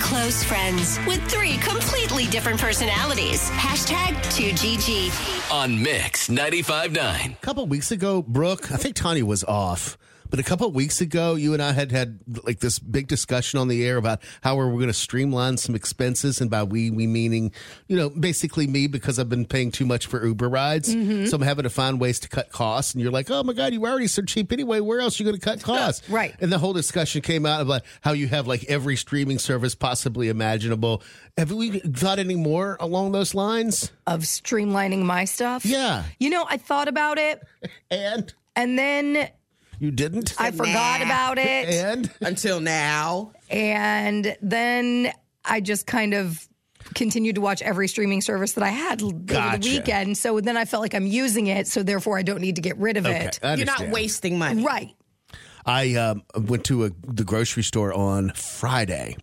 close friends with three completely different personalities. Hashtag 2GG. on Mix 95.9. A couple weeks ago, Brooke, I think Tanya was off, but a couple weeks ago, you and I had had like this big discussion on the air about how we were going to streamline some expenses. And by we, we meaning, you know, basically me because I've been paying too much for Uber rides. So I'm having to find ways to cut costs. And you're like, oh my God, you were already so cheap anyway. Where else are you going to cut costs? Right. And the whole discussion came out about how you have like every streaming service possibly imaginable. Have we thought any more along those lines? of streamlining my stuff. Yeah. You know, I thought about it And and then you didn't? I forgot about it. and? until now. And then I just kind of continued to watch every streaming service that I had l- over Gotcha. the weekend. So then I felt like I'm using it. So therefore, I don't need to get rid of it. I You're not understand. wasting money. Right. I um, went to a, the grocery store on Friday,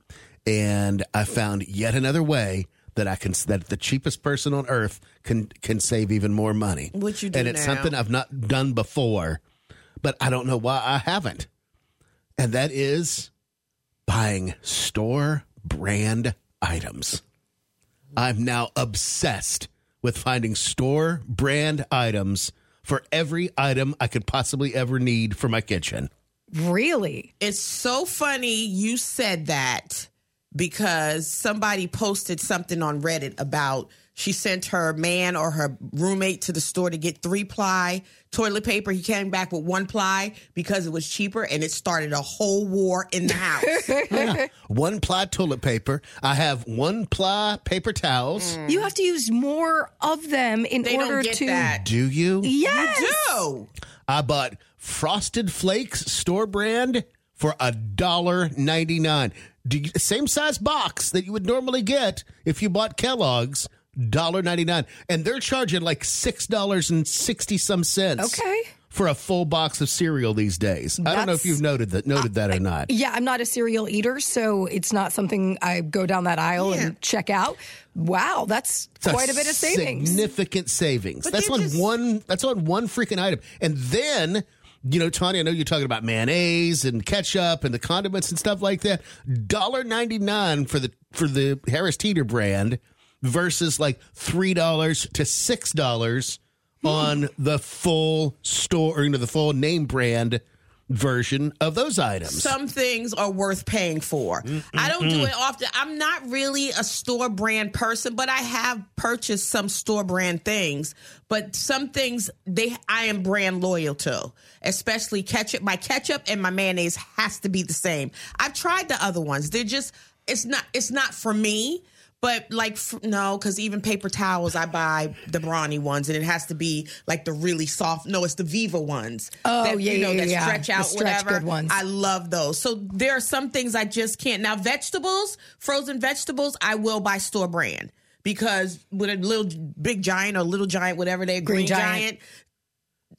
and I found yet another way that I can that the cheapest person on earth can can save even more money. What you do and it's now? something I've not done before, but I don't know why I haven't. And that is buying store brand items. I'm now obsessed with finding store brand items for every item I could possibly ever need for my kitchen. Really? It's so funny you said that because somebody posted something on Reddit about she sent her man or her roommate to the store to get three ply toilet paper. He came back with one ply because it was cheaper and it started a whole war in the house. One ply toilet paper. I have one ply paper towels. You have to use more of them in they order don't get to. that. Do you? Yes. No. I bought Frosted Flakes store brand for a dollar ninety nine. Do you, same size box that you would normally get if you bought Kellogg's. Dollar ninety nine, and they're charging like six dollars and sixty some cents. Okay. for a full box of cereal these days. I don't know if That's- you've noted that noted that or not. Yeah, I'm not a cereal eater, so it's not something I go down that aisle and check out. Wow, that's It's quite a bit of savings. Significant savings. that's they're on just- one that's on one freaking item. And then, you know, Tony, I know you're talking about mayonnaise and ketchup and the condiments and stuff like that. $1.99 for the for the Harris Teeter brand versus like $3 to $6 on the full store or you know the full name brand version of those items. Some things are worth paying for. I don't do it often. I'm not really a store brand person, but I have purchased some store brand things. But some things they I am brand loyal to, especially ketchup. My ketchup and my mayonnaise has to be the same. I've tried the other ones. They're just it's not it's not for me. But like f- no, because even paper towels, I buy the brawny ones, and it has to be like the really soft. No, it's the Viva ones. Oh, that, yeah, you know yeah, that yeah. stretch The out stretch whatever. good ones. I I love those. So there are some things I just can't. Now, vegetables, frozen vegetables, I will buy store brand because with a little big giant or little giant, whatever they Green green, green Giant. giant.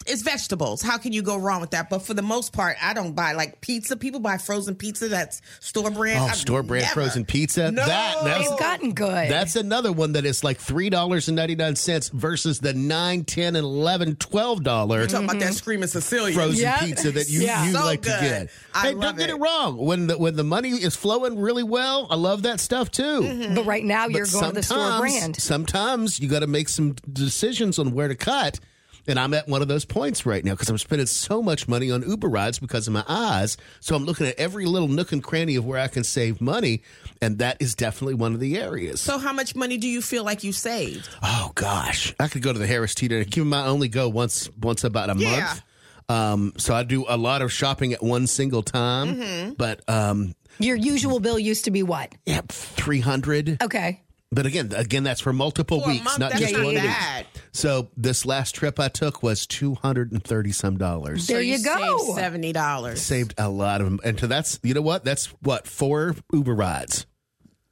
it's vegetables. How can you go wrong with that? But for the most part, I don't buy like pizza. People buy frozen pizza that's store brand. Oh, I've store brand never- frozen pizza. No. That that's They've Gotten good. That's another one that is like three dollars and ninety nine cents versus the nine, ten, and eleven, twelve dollar Talking Mm-hmm. about that screaming Sicilian. frozen Yep. pizza that you, Yeah. you So like to good. get. I hey, love don't get it it. wrong. When the when the money is flowing really well, I love that stuff too. but right now But Mm-hmm. you're going to the store sometimes- brand. Sometimes you got to make some decisions on where to cut. And I'm at one of those points right now because I'm spending so much money on Uber rides because of my eyes. So I'm looking at every little nook and cranny of where I can save money. And that is definitely one of the areas. So how much money do you feel like you saved? Oh gosh, I could go to the Harris Teeter. Keep in mind, I only go once once about a Yeah. month. Um, so I do a lot of shopping at one single time. Mm-hmm. But um, Your usual bill used to be what? yeah, three hundred. Okay. But again, again, that's for multiple For a weeks, month, not that's just not one bad. week. So this last trip I took was two hundred and thirty some dollars. There you, go. saved seventy dollars. Saved a lot of them, and so that's you know what? That's what four Uber rides.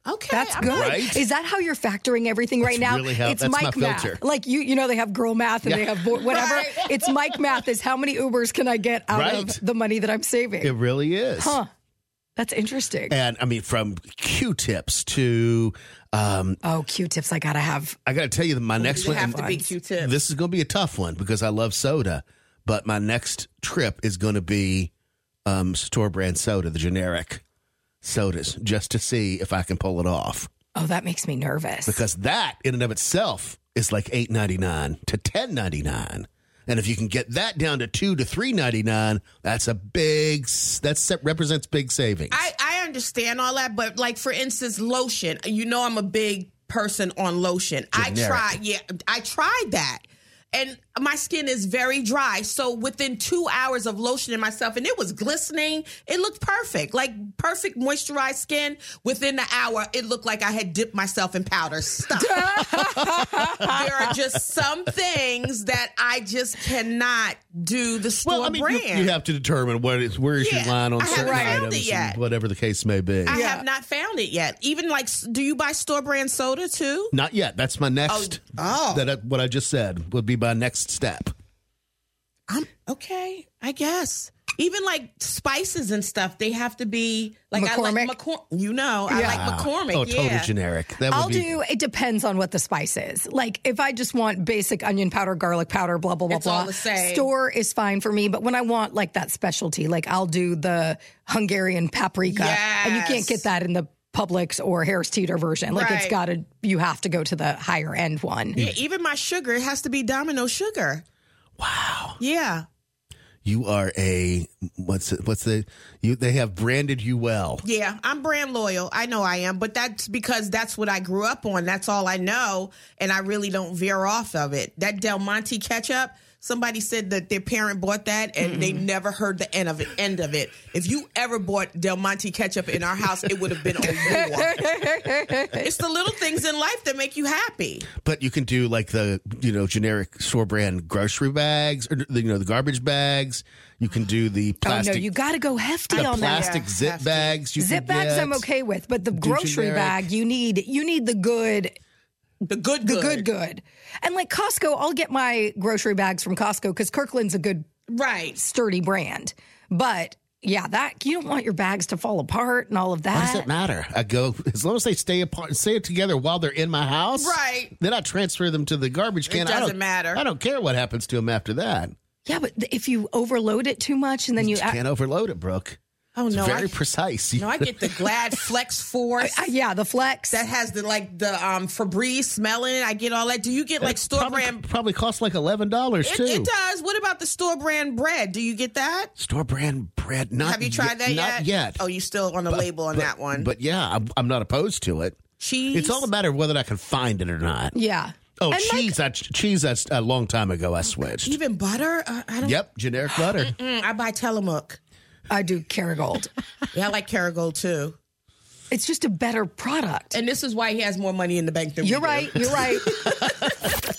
Okay, That's I'm good. Right? Is that how you're factoring everything right now? really how- it's that's my Mike math. filter. Like you, you know, they have girl math and they have bo- whatever. Right. It's Mike math. Is how many Ubers can I get out Right. of the money that I'm saving? It really is. huh. That's interesting. And I mean, from Q-tips to, um, oh, Q-tips! I gotta have. I got to tell you, that my next You one. have and- to be Q-tip. This is going to be a tough one because I love soda, but my next trip is going to be um, store brand soda, the generic. sodas just to see if I can pull it off. Oh, that makes me nervous. Because that in and of itself is like eight ninety nine to ten ninety nine. And if you can get that down to two to three ninety nine, that's a big that represents big savings. I, I understand all that, but like for instance, lotion. You know, I'm a big person on lotion. I Generic. tried, yeah, I tried that, and my skin is very dry. So within two hours of lotioning myself, and it was glistening. It looked perfect, like perfect moisturized skin. Within the hour, it looked like I had dipped myself in powder. Stop. there are just some things that I just cannot do. The store well, I mean, you, brand. you have to determine what is where is Yeah, your line on I certain haven't found it items, yet. and whatever the case may be. I Yeah. have not found it yet. Even like, s- do you buy store brand soda too? Not yet. That's my next. Oh. that I, what I just said would be my next step. I'm okay, I guess. Even like spices and stuff, they have to be like I McCormick? like McCormick. You know, I like McCormick. Oh, yeah. total generic. That would I'll be, do. It depends on what the spice is. Like if I just want basic onion powder, garlic powder, blah blah blah It's blah. all the same. Store is fine for me, but when I want like that specialty, like I'll do the Hungarian paprika, and you can't Yes. get that in the Publix or Harris Teeter version. Like it's Right. got to. You have to go to the higher end one. Yeah, even my sugar, it has to be Domino sugar. Wow, Yeah. you are a what's it, what's the you? They have branded you well. Yeah, I'm brand loyal. I know I am, but that's because that's what I grew up on. That's all I know, and I really don't veer off of it. That Del Monte ketchup. Somebody said that their parent bought that, and they never heard the end of it. End of it. If you ever bought Del Monte ketchup in our house, it would have been on war. it's the little things in life that make you happy. But you can do like the you know generic store brand grocery bags or the, you know the garbage bags. You can do the Oh no, plastic. you got to go hefty the on that. plastic Yeah, zip hefty. bags. You can Zip bags get. I'm okay with, but the grocery generic. bag you need you need the good The good, good, good good. And like Costco, I'll get my grocery bags from Costco because Kirkland's a good right? sturdy brand. But yeah, that you don't want your bags to fall apart and all of Why does that. it matter? I go as long as they stay apart, stay together while they're in my house. Right. Then I transfer them to the garbage can. I doesn't don't- matter. I don't care what happens to them after that. yeah, but th- if you overload it too much and then you, You can't overload it, Brooke. Oh It's no, very I, precise. no, I get the Glad Flex Force. I- yeah, the flex. that has the like the um Febreze smelling. I get all that. Do you get like store probably, brand? probably costs like eleven dollars It, too. it does. What about the store brand bread? Do you get that? Store brand bread. Not Have you tried that yet? Not yet. Oh, you still on the label on that one? But yeah, I'm, I'm not opposed to it. cheese. It's all a matter of whether I can find it or not. yeah. Oh, and like, cheese! I, cheese! I, a long time ago, I switched. even butter. Uh, I don't. yep, generic butter. Mm, I buy Tillamook. I do Kerrygold. Yeah, I like Kerrygold too. it's just a better product. And this is why he has more money in the bank than You're we do. right. You're right.